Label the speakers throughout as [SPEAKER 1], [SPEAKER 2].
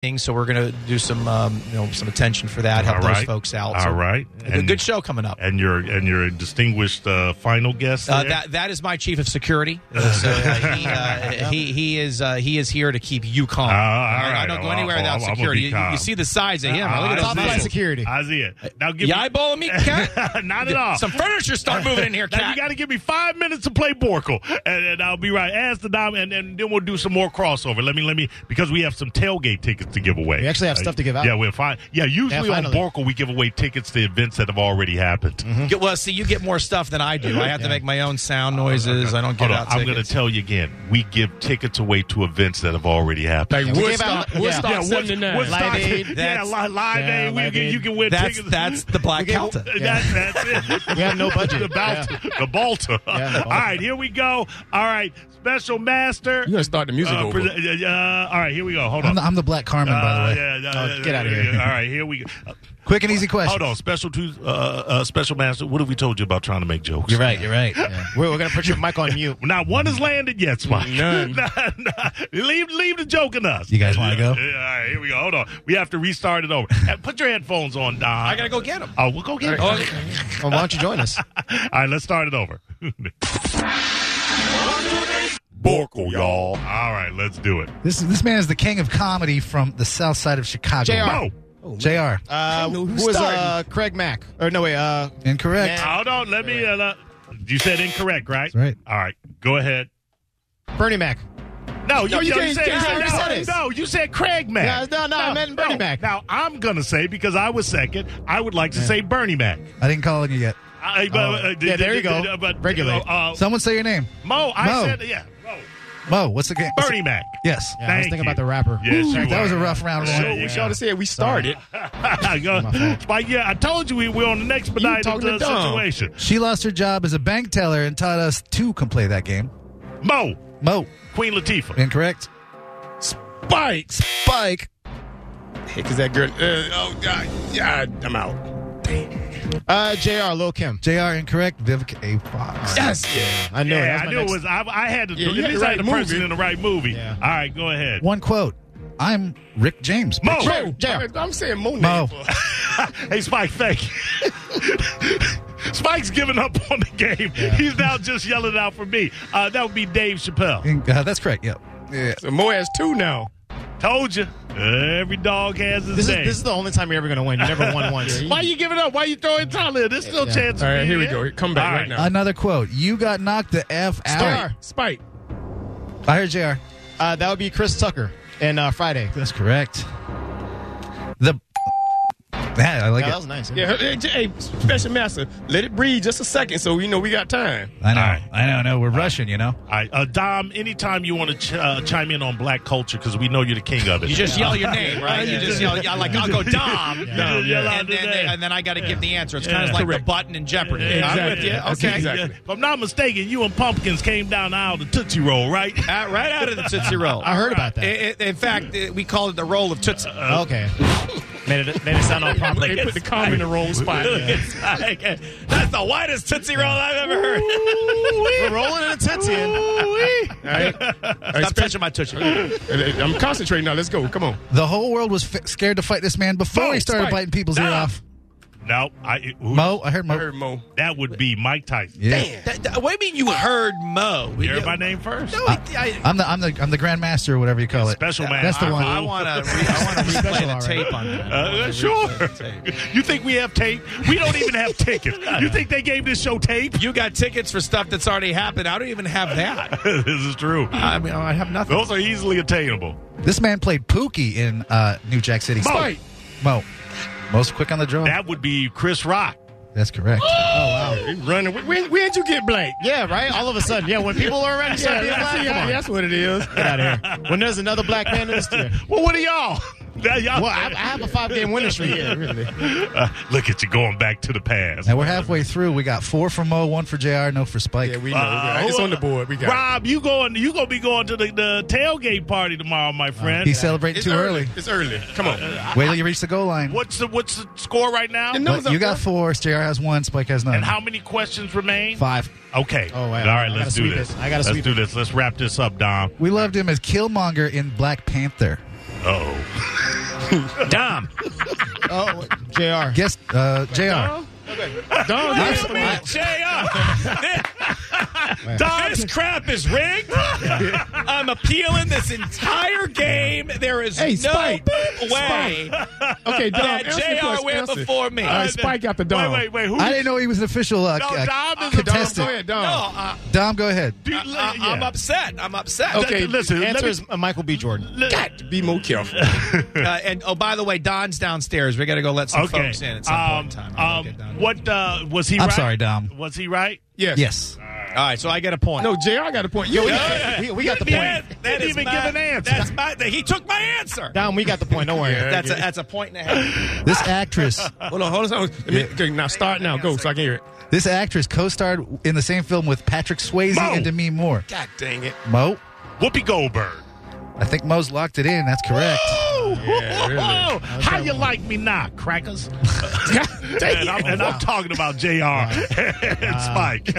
[SPEAKER 1] things, so we're going to do some um, you know some attention for that, help
[SPEAKER 2] All
[SPEAKER 1] those
[SPEAKER 2] right.
[SPEAKER 1] folks out.
[SPEAKER 2] All
[SPEAKER 1] So,
[SPEAKER 2] right.
[SPEAKER 1] a good show coming up.
[SPEAKER 2] And your and your distinguished uh, final guest.
[SPEAKER 1] Uh,
[SPEAKER 2] there?
[SPEAKER 1] that that is my chief of security. Uh, so uh, he, uh, he he is uh, he is here to keep you calm.
[SPEAKER 2] Uh, all
[SPEAKER 1] I- I
[SPEAKER 2] right.
[SPEAKER 1] don't go
[SPEAKER 2] Well,
[SPEAKER 1] anywhere
[SPEAKER 2] I'll-
[SPEAKER 1] without
[SPEAKER 2] I'll- I'm gonna
[SPEAKER 1] security.
[SPEAKER 2] be
[SPEAKER 1] You- You,
[SPEAKER 2] calm.
[SPEAKER 1] see the size of him.
[SPEAKER 2] I-
[SPEAKER 1] Look at
[SPEAKER 2] I
[SPEAKER 1] those
[SPEAKER 2] see
[SPEAKER 1] muscles.
[SPEAKER 2] it. I see it. Now give
[SPEAKER 1] You
[SPEAKER 2] me
[SPEAKER 1] eyeballing me, cat?
[SPEAKER 2] not at all.
[SPEAKER 1] Some furniture start moving in here,
[SPEAKER 2] Now you
[SPEAKER 1] cat.
[SPEAKER 2] got to give me five minutes to play Borkle, and, and I'll be right. Ask the dom, and, and then we'll do some more crossover. Let me, let me, because we have some tailgate tickets to give away.
[SPEAKER 3] We actually have stuff to give out.
[SPEAKER 2] Yeah, we're fine. Yeah, usually on
[SPEAKER 3] finally. Mm-hmm.
[SPEAKER 2] Borkle we give away tickets to events that have already happened.
[SPEAKER 1] Get- well, see, you get more stuff than I do. I have to make my own sound noises. I don't
[SPEAKER 2] Ah, Hold
[SPEAKER 1] get
[SPEAKER 2] on,
[SPEAKER 1] out.
[SPEAKER 2] I'm going to tell you again. We give tickets away to events that have already happened.
[SPEAKER 3] Yeah, we gave out- yeah.
[SPEAKER 4] Woodstock
[SPEAKER 2] Wood-
[SPEAKER 4] 79.
[SPEAKER 2] Woodstock-
[SPEAKER 3] Live Aid,
[SPEAKER 2] yeah,
[SPEAKER 1] that's-
[SPEAKER 2] li- Live
[SPEAKER 3] yeah,
[SPEAKER 2] Aid. We
[SPEAKER 3] Live
[SPEAKER 2] can,
[SPEAKER 3] Aid.
[SPEAKER 2] you can win
[SPEAKER 1] that's
[SPEAKER 2] tickets.
[SPEAKER 1] that's the Black Delta.
[SPEAKER 3] Yeah.
[SPEAKER 2] That- that's it.
[SPEAKER 3] We have no budget.
[SPEAKER 2] The Balta.
[SPEAKER 3] Yeah.
[SPEAKER 2] The Balta.
[SPEAKER 3] Yeah, the Balta.
[SPEAKER 2] All right, here we go. All right, Special Master.
[SPEAKER 4] You gotta start the music
[SPEAKER 2] uh,
[SPEAKER 4] over.
[SPEAKER 2] pre- uh, uh, all right, here we go. Hold
[SPEAKER 3] I'm
[SPEAKER 2] on.
[SPEAKER 3] the, I'm the Black Carmen, by
[SPEAKER 2] Uh,
[SPEAKER 3] the way.
[SPEAKER 2] yeah,
[SPEAKER 3] Oh,
[SPEAKER 2] yeah, yeah,
[SPEAKER 3] get out of
[SPEAKER 2] yeah,
[SPEAKER 3] here.
[SPEAKER 2] yeah. All right, here we go. Uh,
[SPEAKER 3] Quick and easy question.
[SPEAKER 2] Hold on, special two, uh, uh, special master. What have we told you about trying to make jokes?
[SPEAKER 1] You're right. You're right.
[SPEAKER 3] We're, we're gonna put your mic on mute.
[SPEAKER 2] Not one has landed yet, Spike.
[SPEAKER 4] None.
[SPEAKER 2] Nah, nah. leave, leave the joke in us.
[SPEAKER 1] You guys wanna go?
[SPEAKER 2] Yeah, All right, here we go. Hold on. We have to restart it over. Uh, Put your headphones on, Don.
[SPEAKER 1] I gotta go get him.
[SPEAKER 2] Oh, we'll go get it.
[SPEAKER 1] Oh,
[SPEAKER 3] Well, why don't you join us?
[SPEAKER 2] All right, let's start it over. Borkle, y'all. All right, let's do it.
[SPEAKER 5] This this man is the king of comedy from the south side of Chicago.
[SPEAKER 2] Whoa.
[SPEAKER 5] JR.
[SPEAKER 3] Uh, who was uh, Craig Mack? Or no, wait. Uh,
[SPEAKER 5] Incorrect.
[SPEAKER 3] Yeah.
[SPEAKER 2] Hold on. Let me. Uh, le- you said incorrect, right?
[SPEAKER 5] right.
[SPEAKER 2] All right. Go ahead.
[SPEAKER 3] Bernie Mac.
[SPEAKER 2] No, you,
[SPEAKER 3] No, you
[SPEAKER 2] no,
[SPEAKER 3] can't-
[SPEAKER 2] said,
[SPEAKER 3] you
[SPEAKER 2] no,
[SPEAKER 3] can't
[SPEAKER 2] no,
[SPEAKER 3] say this.
[SPEAKER 2] no, you said Craig Mac.
[SPEAKER 3] No, no, no, I meant Bernie Mac.
[SPEAKER 2] Now, I'm going to say, because I was second, I would like to say Bernie Mac.
[SPEAKER 5] I didn't call on you yet.
[SPEAKER 2] I,
[SPEAKER 3] Oh. Yeah, there you go. Regulate.
[SPEAKER 2] Uh,
[SPEAKER 5] Someone say your name.
[SPEAKER 2] Mo, I
[SPEAKER 5] Mo.
[SPEAKER 2] said, yeah, Mo.
[SPEAKER 5] Mo, what's the game? what's the-
[SPEAKER 2] Bernie Mac.
[SPEAKER 5] Yes.
[SPEAKER 3] Yeah, I
[SPEAKER 2] Thank
[SPEAKER 3] was thinking
[SPEAKER 2] you.
[SPEAKER 3] about the rapper.
[SPEAKER 2] Yes,
[SPEAKER 3] Ooh.
[SPEAKER 2] you
[SPEAKER 5] That was
[SPEAKER 2] are.
[SPEAKER 5] a rough round
[SPEAKER 2] Yeah,
[SPEAKER 5] one.
[SPEAKER 2] you
[SPEAKER 4] We ought to say it. We started.
[SPEAKER 2] go. But yeah, I told you we were on the next benign
[SPEAKER 4] talking to
[SPEAKER 2] uh,
[SPEAKER 4] Dom.
[SPEAKER 2] situation.
[SPEAKER 5] She lost her job as a bank teller and taught us two can play that game.
[SPEAKER 2] Mo,
[SPEAKER 5] Mo,
[SPEAKER 2] Queen Latifah.
[SPEAKER 5] incorrect.
[SPEAKER 4] Bikes.
[SPEAKER 5] Spike,
[SPEAKER 4] Because that girl. Uh, oh, God. Yeah, I'm out.
[SPEAKER 3] Uh, Jr. Lil Kim.
[SPEAKER 5] JR, incorrect. Vivica A. Fox.
[SPEAKER 4] Yes. Yeah.
[SPEAKER 3] I knew it. That
[SPEAKER 2] Yeah,
[SPEAKER 3] was
[SPEAKER 2] I
[SPEAKER 3] my
[SPEAKER 2] knew it
[SPEAKER 3] next-
[SPEAKER 2] was. I, I had to.
[SPEAKER 4] Yeah, you
[SPEAKER 2] at
[SPEAKER 4] had the
[SPEAKER 2] least I had
[SPEAKER 4] right
[SPEAKER 2] the person
[SPEAKER 4] movie.
[SPEAKER 2] in the right movie.
[SPEAKER 3] Yeah.
[SPEAKER 2] All right, go ahead.
[SPEAKER 5] One quote. I'm Rick James. Oh,
[SPEAKER 2] Mo.
[SPEAKER 3] Jr. Jr.
[SPEAKER 4] I'm, I'm saying Monet.
[SPEAKER 5] Mo.
[SPEAKER 2] Hey, Spike, thank you. Spike's giving up on the game. He's now just yelling out for me. Uh, that would be Dave Chappelle.
[SPEAKER 5] In- uh, that's correct. Yep. Yeah.
[SPEAKER 4] So Mo has two now.
[SPEAKER 2] Told you. Every dog has his
[SPEAKER 3] This is
[SPEAKER 2] day.
[SPEAKER 3] this is the only time you're ever gonna win. You never won once.
[SPEAKER 2] Why you giving up? Why you throwing towel in? There's no
[SPEAKER 3] Yeah.
[SPEAKER 2] chance.
[SPEAKER 4] All
[SPEAKER 2] of
[SPEAKER 4] right,
[SPEAKER 2] me
[SPEAKER 4] here we
[SPEAKER 2] in.
[SPEAKER 4] go. Come back
[SPEAKER 2] All
[SPEAKER 4] right now.
[SPEAKER 5] Another quote. You got knocked the F out.
[SPEAKER 3] Star.
[SPEAKER 4] Spike.
[SPEAKER 5] I heard JR.
[SPEAKER 3] Uh, that would be Chris Tucker and uh, Friday.
[SPEAKER 5] That's correct. The. Yeah, I like
[SPEAKER 3] Yeah,
[SPEAKER 5] it.
[SPEAKER 3] that was nice.
[SPEAKER 4] Yeah, hey, J- hey, Special Master, let it breathe just a second so we know we got time.
[SPEAKER 5] I know.
[SPEAKER 2] All right.
[SPEAKER 5] I know. I know. We're rushing, you know.
[SPEAKER 2] All right, uh, Dom. Anytime you want to ch- uh, chime in on black culture, because we know you're the king of it.
[SPEAKER 1] You just yell your name, right? You just yell. I like. I'll go Dom.
[SPEAKER 2] Dom, yeah.
[SPEAKER 1] And, then,
[SPEAKER 2] Yeah.
[SPEAKER 1] and then I got to give the answer. It's
[SPEAKER 2] Yeah.
[SPEAKER 1] kind of like
[SPEAKER 4] Correct.
[SPEAKER 1] the button in Jeopardy.
[SPEAKER 2] Yeah,
[SPEAKER 1] I'm
[SPEAKER 4] exactly.
[SPEAKER 1] with you.
[SPEAKER 4] That's
[SPEAKER 1] Okay.
[SPEAKER 4] exactly.
[SPEAKER 2] If I'm not mistaken, you and Pumpkins came down the aisle to Tootsie Roll, right?
[SPEAKER 1] Uh, right out of the Tootsie Roll.
[SPEAKER 3] I heard about
[SPEAKER 1] I-
[SPEAKER 3] that.
[SPEAKER 1] I- in fact, uh, we call it the roll of Tootsie.
[SPEAKER 3] Okay. made it made it sound all proper.
[SPEAKER 4] They put the comb in the wrong spot.
[SPEAKER 1] That's the widest Tootsie Roll I've ever heard.
[SPEAKER 3] We're rolling in a tootsie.
[SPEAKER 4] All right. All right,
[SPEAKER 1] Stop
[SPEAKER 4] Spe-
[SPEAKER 1] touching my Tootsie.
[SPEAKER 4] I'm concentrating now. Let's go. Come on.
[SPEAKER 5] The whole world was f- scared to fight this man before
[SPEAKER 2] Mo,
[SPEAKER 5] he started
[SPEAKER 2] Spike,
[SPEAKER 5] biting people's ear
[SPEAKER 2] Dom.
[SPEAKER 5] off.
[SPEAKER 2] no, I. who-
[SPEAKER 5] Mo, I heard Mo.
[SPEAKER 4] I heard Mo.
[SPEAKER 2] That would be Mike Tyson.
[SPEAKER 5] Yeah.
[SPEAKER 1] That- that- what do you mean you heard Mo?
[SPEAKER 2] You heard my name first.
[SPEAKER 1] No, I, I,
[SPEAKER 5] I'm the I'm the I'm the grandmaster or whatever you call it.
[SPEAKER 2] Special man.
[SPEAKER 5] That's the
[SPEAKER 2] I-
[SPEAKER 5] one.
[SPEAKER 1] I want to. Re- I want to
[SPEAKER 3] Special,
[SPEAKER 1] replay
[SPEAKER 3] all
[SPEAKER 1] the
[SPEAKER 3] right.
[SPEAKER 1] tape on that.
[SPEAKER 2] Uh, uh, sure. You think we have tape? We don't even have tickets. You think they gave this show tape?
[SPEAKER 1] You got tickets for stuff that's already happened. I don't even have that.
[SPEAKER 2] this is true.
[SPEAKER 1] I mean, uh, I have nothing.
[SPEAKER 2] Those are easily attainable.
[SPEAKER 5] this man played Pookie in uh, New Jack City.
[SPEAKER 2] Mo.
[SPEAKER 5] Spike. Mo. Most quick on the draw.
[SPEAKER 2] That would be Chris Rock.
[SPEAKER 5] That's correct.
[SPEAKER 4] They running. When, when'd you get blank?
[SPEAKER 3] Yeah, right. All of a sudden, yeah. When people are already
[SPEAKER 4] Yeah,
[SPEAKER 3] start being
[SPEAKER 4] that's,
[SPEAKER 3] black,
[SPEAKER 4] yeah,
[SPEAKER 3] come on,
[SPEAKER 4] that's what it is.
[SPEAKER 3] get out of here. When there's another black man in the studio.
[SPEAKER 2] Well, what are y'all? That y'all-
[SPEAKER 3] Well, I, I have a five game winning streak. Yeah, really.
[SPEAKER 2] Uh, look at you going back to the past.
[SPEAKER 5] Now we're halfway through. We got four for Mo, one for Jr, no for Spike.
[SPEAKER 4] Yeah, we know.
[SPEAKER 2] Uh,
[SPEAKER 4] it's
[SPEAKER 2] who-
[SPEAKER 4] on the board. We got
[SPEAKER 2] Rob, you going? You gonna be going to the, the tailgate party tomorrow,
[SPEAKER 4] Uh,
[SPEAKER 2] my friend?
[SPEAKER 5] He's celebrating
[SPEAKER 4] It's
[SPEAKER 5] too
[SPEAKER 4] early.
[SPEAKER 5] early.
[SPEAKER 4] It's early. Come on.
[SPEAKER 2] Uh,
[SPEAKER 5] Wait till you reach the goal line.
[SPEAKER 2] what's the What's the score right now?
[SPEAKER 4] The
[SPEAKER 5] But
[SPEAKER 4] numbers
[SPEAKER 5] you
[SPEAKER 4] up
[SPEAKER 5] got
[SPEAKER 4] there.
[SPEAKER 5] four. Jr has one. Spike has none.
[SPEAKER 2] And how many questions remain?
[SPEAKER 5] Five.
[SPEAKER 2] Okay.
[SPEAKER 3] Oh, wow.
[SPEAKER 2] All right,
[SPEAKER 3] I
[SPEAKER 2] let's
[SPEAKER 3] gotta
[SPEAKER 2] do
[SPEAKER 3] sweep
[SPEAKER 2] this.
[SPEAKER 3] it. I gotta
[SPEAKER 2] let's
[SPEAKER 3] sweep
[SPEAKER 2] do this. Let's wrap this up, Dom.
[SPEAKER 5] We loved him as Killmonger in Black Panther.
[SPEAKER 2] Oh, Dom.
[SPEAKER 3] Oh, Jr.
[SPEAKER 5] Guess uh, Jr.
[SPEAKER 2] Dom.
[SPEAKER 5] Nice
[SPEAKER 2] you mean
[SPEAKER 5] one.
[SPEAKER 2] JR. Dom.
[SPEAKER 6] This crap is rigged. I'm appealing this entire game. There is
[SPEAKER 4] Hey,
[SPEAKER 6] no
[SPEAKER 4] Spike.
[SPEAKER 6] way
[SPEAKER 4] Okay, Dom,
[SPEAKER 6] that
[SPEAKER 4] answer the
[SPEAKER 6] JR
[SPEAKER 4] question.
[SPEAKER 6] went
[SPEAKER 4] Answer.
[SPEAKER 6] before me.
[SPEAKER 4] All right, Spike got the
[SPEAKER 2] uh, Wait,
[SPEAKER 4] Dom.
[SPEAKER 2] wait, wait. Who?
[SPEAKER 5] I didn't know he was an official uh,
[SPEAKER 2] No,
[SPEAKER 5] c-
[SPEAKER 2] Dom is
[SPEAKER 5] uh,
[SPEAKER 2] a-
[SPEAKER 4] Dom,
[SPEAKER 5] contestant.
[SPEAKER 4] go ahead,
[SPEAKER 1] uh,
[SPEAKER 4] Dom.
[SPEAKER 6] no, I,
[SPEAKER 5] Dom, go ahead.
[SPEAKER 2] Do-
[SPEAKER 6] I,
[SPEAKER 2] yeah.
[SPEAKER 6] I'm upset. I'm upset.
[SPEAKER 4] Okay,
[SPEAKER 2] Listen. let
[SPEAKER 3] Answer
[SPEAKER 2] me-
[SPEAKER 3] is uh, Michael B. Jordan.
[SPEAKER 2] let-
[SPEAKER 4] God, be more careful.
[SPEAKER 1] Uh, and oh, by the way, Don's downstairs. We got to go let some
[SPEAKER 2] Okay.
[SPEAKER 1] folks in at some point in time. I'll
[SPEAKER 2] um,
[SPEAKER 1] get Don.
[SPEAKER 2] what uh, was he?
[SPEAKER 5] I'm
[SPEAKER 2] right?
[SPEAKER 5] sorry, Dom.
[SPEAKER 2] Was he right?
[SPEAKER 4] Yes.
[SPEAKER 5] Yes.
[SPEAKER 1] All right, so I get a point.
[SPEAKER 3] Oh,
[SPEAKER 4] No, JR got a point. You
[SPEAKER 3] We, we got the
[SPEAKER 6] That- that
[SPEAKER 3] point.
[SPEAKER 2] Didn't
[SPEAKER 6] is
[SPEAKER 2] even
[SPEAKER 6] my-
[SPEAKER 2] give an answer.
[SPEAKER 6] That's my. He took my answer.
[SPEAKER 3] Dom, we got the point. Don't worry.
[SPEAKER 1] that's a, that's a point and a half.
[SPEAKER 5] This actress,
[SPEAKER 4] Hold on, hold on. Let me, okay, now start now. Go so I can hear it.
[SPEAKER 5] this actress co-starred in the same film with Patrick Swayze
[SPEAKER 2] Mo.
[SPEAKER 5] and Demi Moore.
[SPEAKER 4] God dang it.
[SPEAKER 5] Mo,
[SPEAKER 2] Whoopi Goldberg.
[SPEAKER 5] I think Mo's locked it in. That's correct.
[SPEAKER 4] Yeah, really.
[SPEAKER 2] How you like me now, crackers? and I'm, and I'm talking about Jr. and Spike.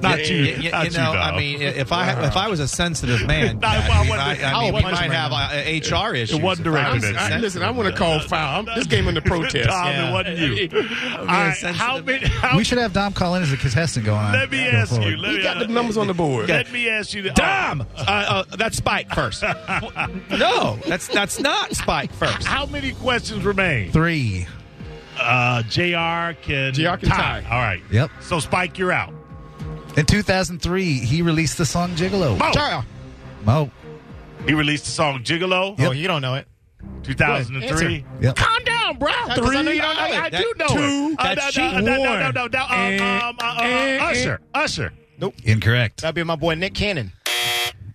[SPEAKER 2] Not you,
[SPEAKER 1] You, you-
[SPEAKER 2] not
[SPEAKER 1] you know,
[SPEAKER 2] Dom.
[SPEAKER 1] I mean, if I ha- if I was a sensitive man,
[SPEAKER 2] No,
[SPEAKER 1] I
[SPEAKER 2] well, I
[SPEAKER 1] mean,
[SPEAKER 2] wasn't-
[SPEAKER 1] I- I
[SPEAKER 2] I
[SPEAKER 1] mean,
[SPEAKER 2] was
[SPEAKER 1] we might
[SPEAKER 2] punching
[SPEAKER 1] have uh, HR issues.
[SPEAKER 2] wasn't
[SPEAKER 1] if I
[SPEAKER 2] directed
[SPEAKER 1] was
[SPEAKER 2] at you.
[SPEAKER 4] I'm, I,
[SPEAKER 1] sensitive.
[SPEAKER 4] listen, I'm going to call foul. I'm, this game under protest.
[SPEAKER 2] Dom, it wasn't you. All right, how
[SPEAKER 1] sensitive.
[SPEAKER 2] many? How,
[SPEAKER 5] We should have Dom call in as a contestant going on.
[SPEAKER 2] let me
[SPEAKER 5] going
[SPEAKER 2] ask you.
[SPEAKER 5] forward.
[SPEAKER 2] Let
[SPEAKER 4] We
[SPEAKER 2] me,
[SPEAKER 4] got the numbers on the board.
[SPEAKER 2] let me ask you. the-
[SPEAKER 1] Dom, uh, uh, that's Spike first. no, that's that's not Spike first.
[SPEAKER 2] How many questions remain?
[SPEAKER 5] Three.
[SPEAKER 2] Uh, Jr. can
[SPEAKER 4] JR can tie.
[SPEAKER 2] All right.
[SPEAKER 5] Yep.
[SPEAKER 2] So Spike, you're out.
[SPEAKER 5] In 2003, he released the song Gigolo.
[SPEAKER 2] Mo.
[SPEAKER 3] Jr.
[SPEAKER 5] Mo.
[SPEAKER 2] He released the song Gigolo,
[SPEAKER 3] Oh, you don't know it.
[SPEAKER 2] 2003.
[SPEAKER 5] Yep.
[SPEAKER 2] Calm down, bro.
[SPEAKER 3] Three. I know you don't know
[SPEAKER 2] I, I
[SPEAKER 1] that.
[SPEAKER 2] do know
[SPEAKER 1] Two.
[SPEAKER 2] it. Uh,
[SPEAKER 1] That's
[SPEAKER 2] no,
[SPEAKER 1] cheating.
[SPEAKER 2] no, no,
[SPEAKER 4] One.
[SPEAKER 2] no, no, no, uh,
[SPEAKER 4] And-
[SPEAKER 2] um, uh, uh,
[SPEAKER 4] and-
[SPEAKER 2] Usher. Usher.
[SPEAKER 5] Incorrect.
[SPEAKER 3] That'd be my boy Nick Cannon.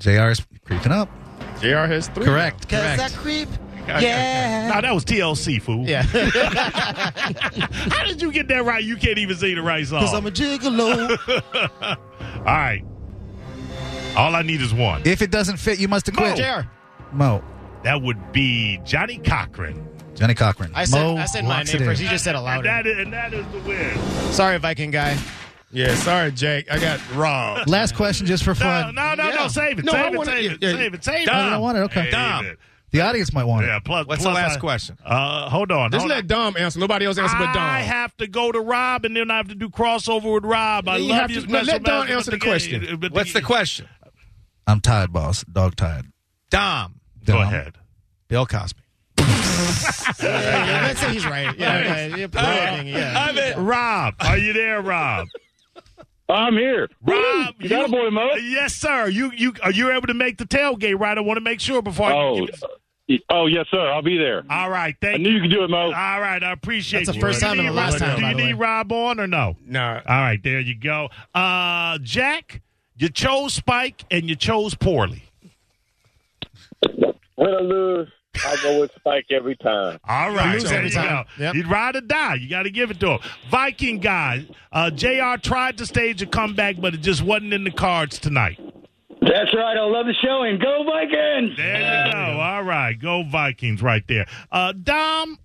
[SPEAKER 5] JR's creeping up.
[SPEAKER 4] JR has three.
[SPEAKER 5] Correct.
[SPEAKER 3] Cause
[SPEAKER 5] Correct.
[SPEAKER 3] I creep.
[SPEAKER 2] No,
[SPEAKER 3] Yeah.
[SPEAKER 2] that was TLC, fool.
[SPEAKER 3] Yeah. Because
[SPEAKER 2] How did you get that right? You can't even sing the right song.
[SPEAKER 3] I'm a gigolo.
[SPEAKER 2] All right. All I need is one.
[SPEAKER 5] If it doesn't fit, you must have quit.
[SPEAKER 3] Jr.
[SPEAKER 5] Mo.
[SPEAKER 2] That would be Johnny Cochran.
[SPEAKER 5] Johnny Cochran.
[SPEAKER 3] I said,
[SPEAKER 5] Mo
[SPEAKER 3] I said my
[SPEAKER 5] locks
[SPEAKER 3] name
[SPEAKER 5] it in.
[SPEAKER 3] first. You just said it
[SPEAKER 2] And
[SPEAKER 3] louder.
[SPEAKER 2] that, is, and that is the win.
[SPEAKER 3] Sorry, Viking guy.
[SPEAKER 4] Yeah, sorry, Jake. I got robbed.
[SPEAKER 5] Last question, just for
[SPEAKER 2] No,
[SPEAKER 5] fun.
[SPEAKER 2] no, no, no. Save it.
[SPEAKER 4] No, I
[SPEAKER 2] save, it
[SPEAKER 4] wanna-
[SPEAKER 2] save it.
[SPEAKER 4] yeah, yeah.
[SPEAKER 2] Save it. Save it.
[SPEAKER 5] Oh, you don't want it? Okay.
[SPEAKER 2] Save
[SPEAKER 1] Dom.
[SPEAKER 2] it.
[SPEAKER 5] The audience might want it.
[SPEAKER 2] Yeah, plus,
[SPEAKER 1] What's the
[SPEAKER 2] plus
[SPEAKER 1] last
[SPEAKER 2] I-
[SPEAKER 1] question?
[SPEAKER 2] Uh, hold on.
[SPEAKER 4] Just
[SPEAKER 2] hold on.
[SPEAKER 4] let Dom answer. Nobody else answer but Dom.
[SPEAKER 2] I have to go to Rob, and then I have to do crossover with Rob. I
[SPEAKER 4] You
[SPEAKER 2] love
[SPEAKER 4] have
[SPEAKER 2] you.
[SPEAKER 4] to- no,
[SPEAKER 2] special
[SPEAKER 4] let Don
[SPEAKER 2] master,
[SPEAKER 4] answer
[SPEAKER 2] but
[SPEAKER 4] the question.
[SPEAKER 2] uh, but
[SPEAKER 1] What's the question?
[SPEAKER 5] I'm tired, boss. Dog tired.
[SPEAKER 1] Dom,
[SPEAKER 2] Go
[SPEAKER 5] Dom.
[SPEAKER 2] ahead.
[SPEAKER 1] Bill Cosby.
[SPEAKER 3] Yeah, yeah, let's say he's right. Yeah, yeah, yeah, branding, yeah.
[SPEAKER 6] I'm it.
[SPEAKER 2] Rob, are you there, Rob?
[SPEAKER 7] I'm here.
[SPEAKER 2] Rob,
[SPEAKER 7] you got a boy, Mo.
[SPEAKER 2] Yes, sir. You you are you able to make the tailgate right? I want to make sure before. I
[SPEAKER 7] Oh,
[SPEAKER 2] give you-
[SPEAKER 7] uh, oh yes, sir. I'll be there.
[SPEAKER 2] all right.
[SPEAKER 7] I
[SPEAKER 2] Thank
[SPEAKER 7] knew
[SPEAKER 2] you.
[SPEAKER 7] you could do it, Mo.
[SPEAKER 2] All right, I appreciate
[SPEAKER 3] That's the
[SPEAKER 2] you.
[SPEAKER 3] first
[SPEAKER 2] Do
[SPEAKER 3] time
[SPEAKER 2] you
[SPEAKER 3] and
[SPEAKER 2] need
[SPEAKER 3] the last
[SPEAKER 2] Rob-
[SPEAKER 3] time,
[SPEAKER 2] Do
[SPEAKER 3] by
[SPEAKER 2] you
[SPEAKER 3] the
[SPEAKER 2] need
[SPEAKER 3] way.
[SPEAKER 2] Rob on or no?
[SPEAKER 4] Nah.
[SPEAKER 2] All right, there you go. Uh, Jack, you chose Spike and you chose poorly.
[SPEAKER 7] Win or lose, I go with Spike every time.
[SPEAKER 2] All right,
[SPEAKER 3] lose
[SPEAKER 2] there
[SPEAKER 3] every
[SPEAKER 2] you
[SPEAKER 3] time.
[SPEAKER 2] go.
[SPEAKER 3] Yep.
[SPEAKER 2] You'd ride or die. You got to give it to him. Viking guy, uh, Jr. tried to stage a comeback, but it just wasn't in the cards tonight.
[SPEAKER 7] That's right. I love the show and go Vikings.
[SPEAKER 2] There you go. All right, go Vikings right there. Uh, Dom,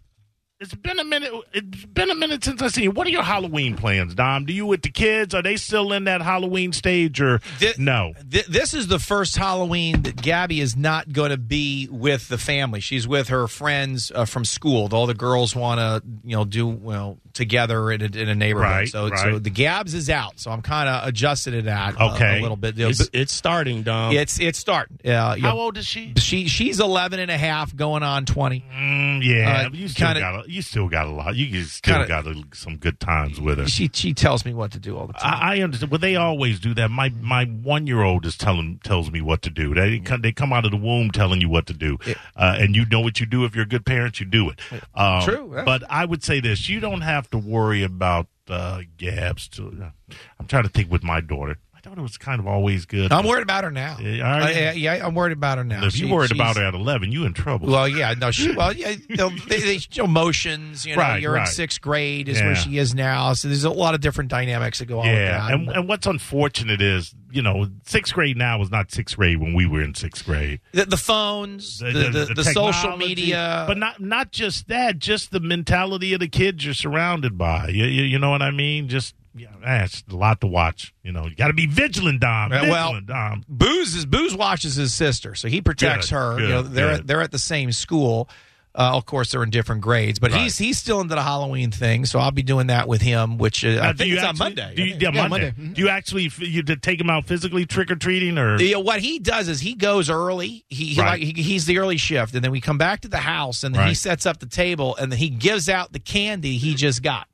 [SPEAKER 2] it's been a minute. It's been a minute since I seen you. What are your Halloween plans, Dom? Do you with the kids? Are they still in that Halloween stage or
[SPEAKER 1] Thi-
[SPEAKER 2] no?
[SPEAKER 1] Th- this is the first Halloween that Gabby is not going to be with the family. She's with her friends uh, from school. All the girls want to, you know, do well together in a, in a neighborhood.
[SPEAKER 2] Right,
[SPEAKER 1] so,
[SPEAKER 2] right.
[SPEAKER 1] so the Gabs is out. So I'm kind of adjusted to that uh,
[SPEAKER 2] Okay.
[SPEAKER 1] a little bit.
[SPEAKER 4] It's,
[SPEAKER 1] It's
[SPEAKER 4] it's starting, Dom.
[SPEAKER 1] it's, it's starting. Uh, you know,
[SPEAKER 2] How old is she?
[SPEAKER 1] she she's 11 and a half, going on 20.
[SPEAKER 2] Mm, yeah,
[SPEAKER 1] Uh,
[SPEAKER 2] you still
[SPEAKER 1] kinda-
[SPEAKER 2] got a, you still got a lot. You can still
[SPEAKER 1] Kinda-
[SPEAKER 2] got a, some good times with her.
[SPEAKER 1] She she tells me what to do all the time.
[SPEAKER 2] I, I understand. Well, they always do that. My my one year old is telling tells me what to do. They come, they come out of the womb telling you what to do, uh, and you know what you do if you're a good parent. You do it. Um,
[SPEAKER 1] True, yeah.
[SPEAKER 2] But I would say this: you don't have to worry about uh, gaps. To I'm trying to think with my daughter. My daughter was kind of always good.
[SPEAKER 1] I'm worried about her now.
[SPEAKER 2] Yeah, all right.
[SPEAKER 1] I- I- yeah, I'm worried about her now.
[SPEAKER 2] if you
[SPEAKER 1] She-
[SPEAKER 2] worried about
[SPEAKER 1] she's-
[SPEAKER 2] her at 11, you in trouble.
[SPEAKER 1] Well, yeah, no, she. Well, yeah, you know, they, they show emotions. You know,
[SPEAKER 2] Right,
[SPEAKER 1] you're in
[SPEAKER 2] right.
[SPEAKER 1] sixth grade is
[SPEAKER 2] Yeah.
[SPEAKER 1] where she is now. So there's a lot of different dynamics that go on.
[SPEAKER 2] yeah,
[SPEAKER 1] with
[SPEAKER 2] and,
[SPEAKER 1] that.
[SPEAKER 2] and what's unfortunate is, you know, sixth grade now was not sixth grade when we were in sixth grade.
[SPEAKER 1] the, the phones, the the, the, social
[SPEAKER 2] technology,
[SPEAKER 1] media,
[SPEAKER 2] but not not just that, just the mentality of the kids you're surrounded by. You, you, you know what I mean? Just yeah, eh, it's a lot to watch. You know, you got to be vigilant, Dom.
[SPEAKER 1] Uh, well-
[SPEAKER 2] Vigilant, Dom.
[SPEAKER 1] Booze is Booze watches his sister, so he protects
[SPEAKER 2] Good,
[SPEAKER 1] her. you know,
[SPEAKER 2] good,
[SPEAKER 1] they're
[SPEAKER 2] good.
[SPEAKER 1] they're at the same school. Uh, of course, they're in different grades, but he's he's still into the Halloween thing, so I'll be doing that with him, which uh, I
[SPEAKER 2] Now, do
[SPEAKER 1] think
[SPEAKER 2] you
[SPEAKER 1] it's on
[SPEAKER 2] actually-
[SPEAKER 1] Monday.
[SPEAKER 2] Do you, yeah,
[SPEAKER 3] Yeah,
[SPEAKER 2] Monday.
[SPEAKER 3] Monday.
[SPEAKER 2] Do you actually f- you to take him out physically trick or treating or?
[SPEAKER 1] Yeah, what he does is he goes early. He, he
[SPEAKER 2] Right.
[SPEAKER 1] like he, he's the early shift, and then we come back to the house, and then he
[SPEAKER 2] Right.
[SPEAKER 1] sets up the table, and then he gives out the candy he just got.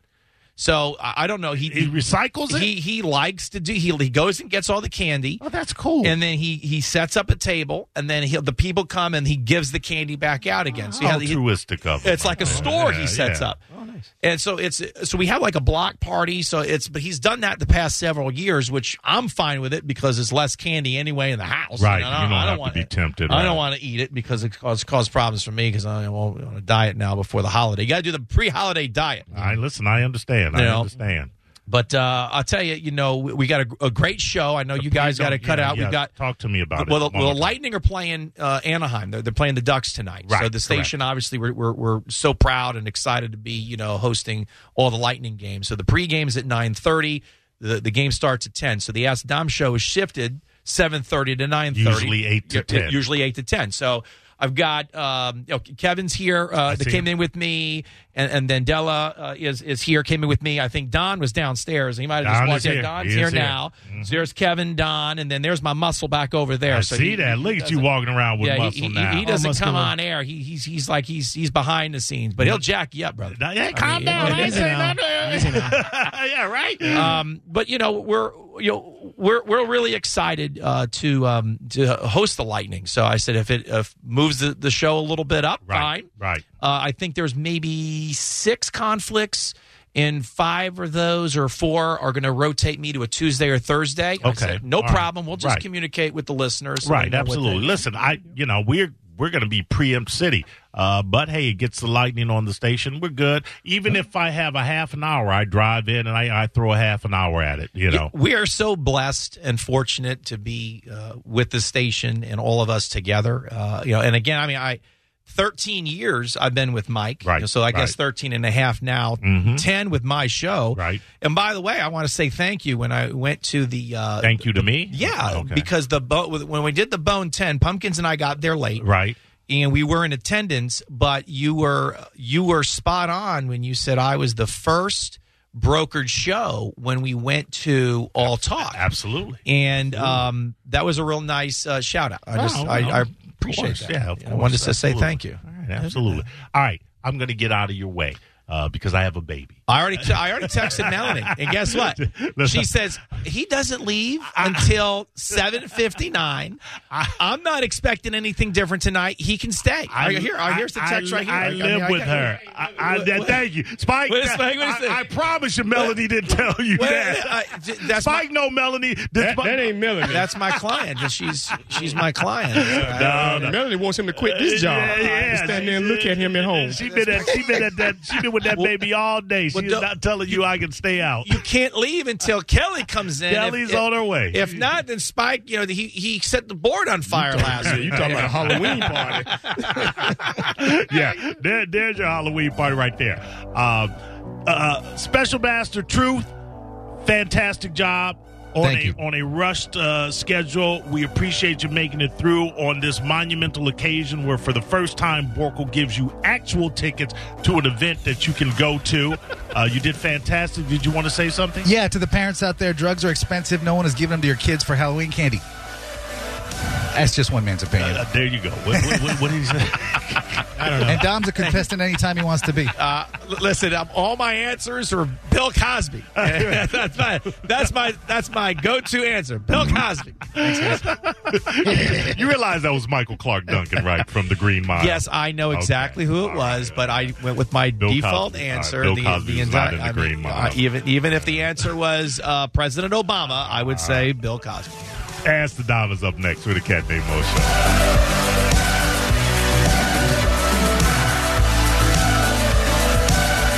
[SPEAKER 1] So I, I don't know. He
[SPEAKER 2] He recycles it.
[SPEAKER 1] he, he likes to do. He, he goes and gets all the candy,
[SPEAKER 2] oh, that's cool.
[SPEAKER 1] and then he he sets up a table, and then he, the people come and he gives the candy back out again. So you
[SPEAKER 2] How
[SPEAKER 1] have- he-
[SPEAKER 2] altruistic of him.
[SPEAKER 1] it's like a store
[SPEAKER 2] Oh, Yeah,
[SPEAKER 1] he sets
[SPEAKER 2] yeah.
[SPEAKER 1] up. And so it's so we have like a block party. So it's but he's done that the past several years, which I'm fine with it because it's less candy anyway in the house.
[SPEAKER 2] Right,
[SPEAKER 1] And I
[SPEAKER 2] you don't
[SPEAKER 1] I
[SPEAKER 2] have to
[SPEAKER 1] want
[SPEAKER 2] be tempted,
[SPEAKER 1] I
[SPEAKER 2] right.
[SPEAKER 1] don't want to eat it because it caused caused problems for me because I'm on a diet now before the holiday. You got to do the pre-holiday diet.
[SPEAKER 2] I listen. I understand. I
[SPEAKER 1] You know.
[SPEAKER 2] understand.
[SPEAKER 1] But uh, I'll tell you, you know, we, we got a, a great show. I know you guys
[SPEAKER 2] Please
[SPEAKER 1] got to
[SPEAKER 2] don't-
[SPEAKER 1] cut
[SPEAKER 2] yeah,
[SPEAKER 1] out.
[SPEAKER 2] yeah,
[SPEAKER 1] We've got
[SPEAKER 2] talk to me about
[SPEAKER 1] well,
[SPEAKER 2] it.
[SPEAKER 1] the, well, the Lightning are playing uh, Anaheim. They're, they're playing the Ducks tonight. So
[SPEAKER 2] Right,
[SPEAKER 1] the station, obviously, we're, we're, we're so proud and excited to be, you know, hosting all the Lightning games. So the pre-game's at 9.30. The, the game starts at 10. So the Ask Dom show is shifted 7.30 to 9.30.
[SPEAKER 2] Usually 8 to
[SPEAKER 1] Yeah,
[SPEAKER 2] 10.
[SPEAKER 1] Usually 8 to 10. So I've got um, you know, Kevin's here uh, that
[SPEAKER 2] see
[SPEAKER 1] came
[SPEAKER 2] him.
[SPEAKER 1] in with me, and, and then Della uh, is, is here, came in with me. I think Don was downstairs. He might have just
[SPEAKER 2] Don
[SPEAKER 1] walked
[SPEAKER 2] is
[SPEAKER 1] in.
[SPEAKER 2] here.
[SPEAKER 1] Don's
[SPEAKER 2] He is
[SPEAKER 1] here,
[SPEAKER 2] here.
[SPEAKER 1] now. So Mm-hmm. there's Kevin, Don, and then there's my muscle back over there.
[SPEAKER 2] I
[SPEAKER 1] so
[SPEAKER 2] see
[SPEAKER 1] he-
[SPEAKER 2] that.
[SPEAKER 1] he
[SPEAKER 2] Look at you
[SPEAKER 1] doesn't-
[SPEAKER 2] walking around with
[SPEAKER 1] yeah, he-
[SPEAKER 2] muscle
[SPEAKER 1] he,
[SPEAKER 2] now.
[SPEAKER 1] He, doesn't
[SPEAKER 3] Almost
[SPEAKER 1] come
[SPEAKER 3] gonna-
[SPEAKER 1] on air. He, he's he's like he's he's behind the scenes, but he'll jack you up, brother.
[SPEAKER 2] Now, Hey, calm
[SPEAKER 1] mean,
[SPEAKER 2] down. I ain't
[SPEAKER 3] easy
[SPEAKER 2] say
[SPEAKER 3] now.
[SPEAKER 2] nothing. yeah, right.
[SPEAKER 1] Um, but you know we're you know we're we're really excited uh, to um, to host the Lightning. So I said if it if moves the, the show a little bit up,
[SPEAKER 2] right.
[SPEAKER 1] fine.
[SPEAKER 2] Right.
[SPEAKER 1] Uh, I think there's maybe six conflicts, and five of those or four are going to rotate me to a Tuesday or Thursday. I
[SPEAKER 2] Okay.
[SPEAKER 1] said, no
[SPEAKER 2] All right.
[SPEAKER 1] problem. We'll just
[SPEAKER 2] Right.
[SPEAKER 1] communicate with the listeners. so
[SPEAKER 2] Right,
[SPEAKER 1] they know what
[SPEAKER 2] absolutely.
[SPEAKER 1] they-
[SPEAKER 2] Listen, I you know we're we're going to be preempt city, uh, but hey, it gets the lightning on the station. We're good. Even if I have a half an hour, I drive in and I, I throw a half an hour at it. You know,
[SPEAKER 1] we are so blessed and fortunate to be uh, with the station and all of us together. Uh, you know, and again, I mean, I 13 years I've been with Mike. you
[SPEAKER 2] Right,
[SPEAKER 1] know, so I guess
[SPEAKER 2] right. Mm-hmm.
[SPEAKER 1] 13 and a half now, 10 with my show.
[SPEAKER 2] Right.
[SPEAKER 1] And by the way, I want to say thank you when I went to the uh,
[SPEAKER 2] thank you to me.
[SPEAKER 1] yeah,
[SPEAKER 2] Okay.
[SPEAKER 1] because the bo- when we did the Bone 10, Pumpkins and I got there late
[SPEAKER 2] right.
[SPEAKER 1] and we were in attendance but you were you were spot on when you said i was the first brokered show when we went to all talk
[SPEAKER 2] Absolutely.
[SPEAKER 1] and um, that was a real nice uh, shout out i just
[SPEAKER 2] Oh,
[SPEAKER 1] I,
[SPEAKER 2] no,
[SPEAKER 1] I
[SPEAKER 2] of
[SPEAKER 1] appreciate
[SPEAKER 2] course,
[SPEAKER 1] that
[SPEAKER 2] Yeah, of
[SPEAKER 1] i
[SPEAKER 2] course,
[SPEAKER 1] wanted to say
[SPEAKER 2] absolutely.
[SPEAKER 1] thank you
[SPEAKER 2] All right, absolutely. All right, I'm going to get out of your way uh, because I have a baby.
[SPEAKER 1] I already, t- I already texted Melanie, and guess what?
[SPEAKER 2] Listen.
[SPEAKER 1] She says he doesn't leave until seven fifty nine. I'm not expecting anything different tonight. He can stay. I, here, I, here's the text
[SPEAKER 2] I,
[SPEAKER 1] right here.
[SPEAKER 2] I
[SPEAKER 1] mean,
[SPEAKER 2] live
[SPEAKER 1] I
[SPEAKER 2] with
[SPEAKER 1] got-
[SPEAKER 2] her. I, I, thank you, Spike.
[SPEAKER 1] Wait a second, wait a
[SPEAKER 2] I-
[SPEAKER 1] second.
[SPEAKER 2] I, promise you, Melody didn't tell you
[SPEAKER 1] Wait,
[SPEAKER 2] that.
[SPEAKER 1] uh, j- that's my-
[SPEAKER 2] Spike, no, Melanie. Did
[SPEAKER 4] That,
[SPEAKER 2] Spike-
[SPEAKER 4] that ain't Melanie.
[SPEAKER 1] That's my client. and She's she's my client.
[SPEAKER 2] no, no.
[SPEAKER 4] Melanie wants him to quit Uh, this job.
[SPEAKER 2] Yeah, yeah.
[SPEAKER 4] And stand there and look at him at home.
[SPEAKER 2] She been at she been at that she been with that baby all day. She's
[SPEAKER 1] don't-
[SPEAKER 2] not telling you I can stay out.
[SPEAKER 1] You can't leave until Kelly comes in. If-
[SPEAKER 2] Kelly's
[SPEAKER 1] if,
[SPEAKER 2] on her way.
[SPEAKER 1] If not, then Spike, you know, he he set the board on fire last
[SPEAKER 4] You
[SPEAKER 1] week.
[SPEAKER 4] talking about a Halloween party?
[SPEAKER 2] yeah, there, there's your Halloween party right there. Um, uh, Special Master Truth, fantastic job on
[SPEAKER 1] Thank
[SPEAKER 2] a
[SPEAKER 1] you.
[SPEAKER 2] on a rushed uh, schedule. We appreciate you making it through on this monumental occasion where, for the first time, Borkle gives you actual tickets to an event that you can go to. uh, you did fantastic. Did you want to say something?
[SPEAKER 5] Yeah, to the parents out there, drugs are expensive. No one is giving them to your kids for Halloween candy. That's just one man's opinion.
[SPEAKER 2] Uh, there you go. What, what, what, what did he say?
[SPEAKER 5] And Dom's a contestant anytime he wants to be.
[SPEAKER 1] Uh, l- listen, um, all my answers are Bill Cosby. that's my that's my that's my go to answer. Bill Cosby.
[SPEAKER 2] you realize that was Michael Clark Duncan, right, from the Green Mile?
[SPEAKER 1] Yes, I know
[SPEAKER 2] Okay.
[SPEAKER 1] exactly who it was, but I went with my
[SPEAKER 2] Bill
[SPEAKER 1] default
[SPEAKER 2] Cosby. All right,
[SPEAKER 1] answer.
[SPEAKER 2] Bill Cosby was
[SPEAKER 1] entire-
[SPEAKER 2] not in the
[SPEAKER 1] I mean,
[SPEAKER 2] Green Mile.
[SPEAKER 1] uh, even even if the answer was uh, President Obama, I would say Bill Cosby.
[SPEAKER 2] Ask the Divas up next with a cat named Mo Show.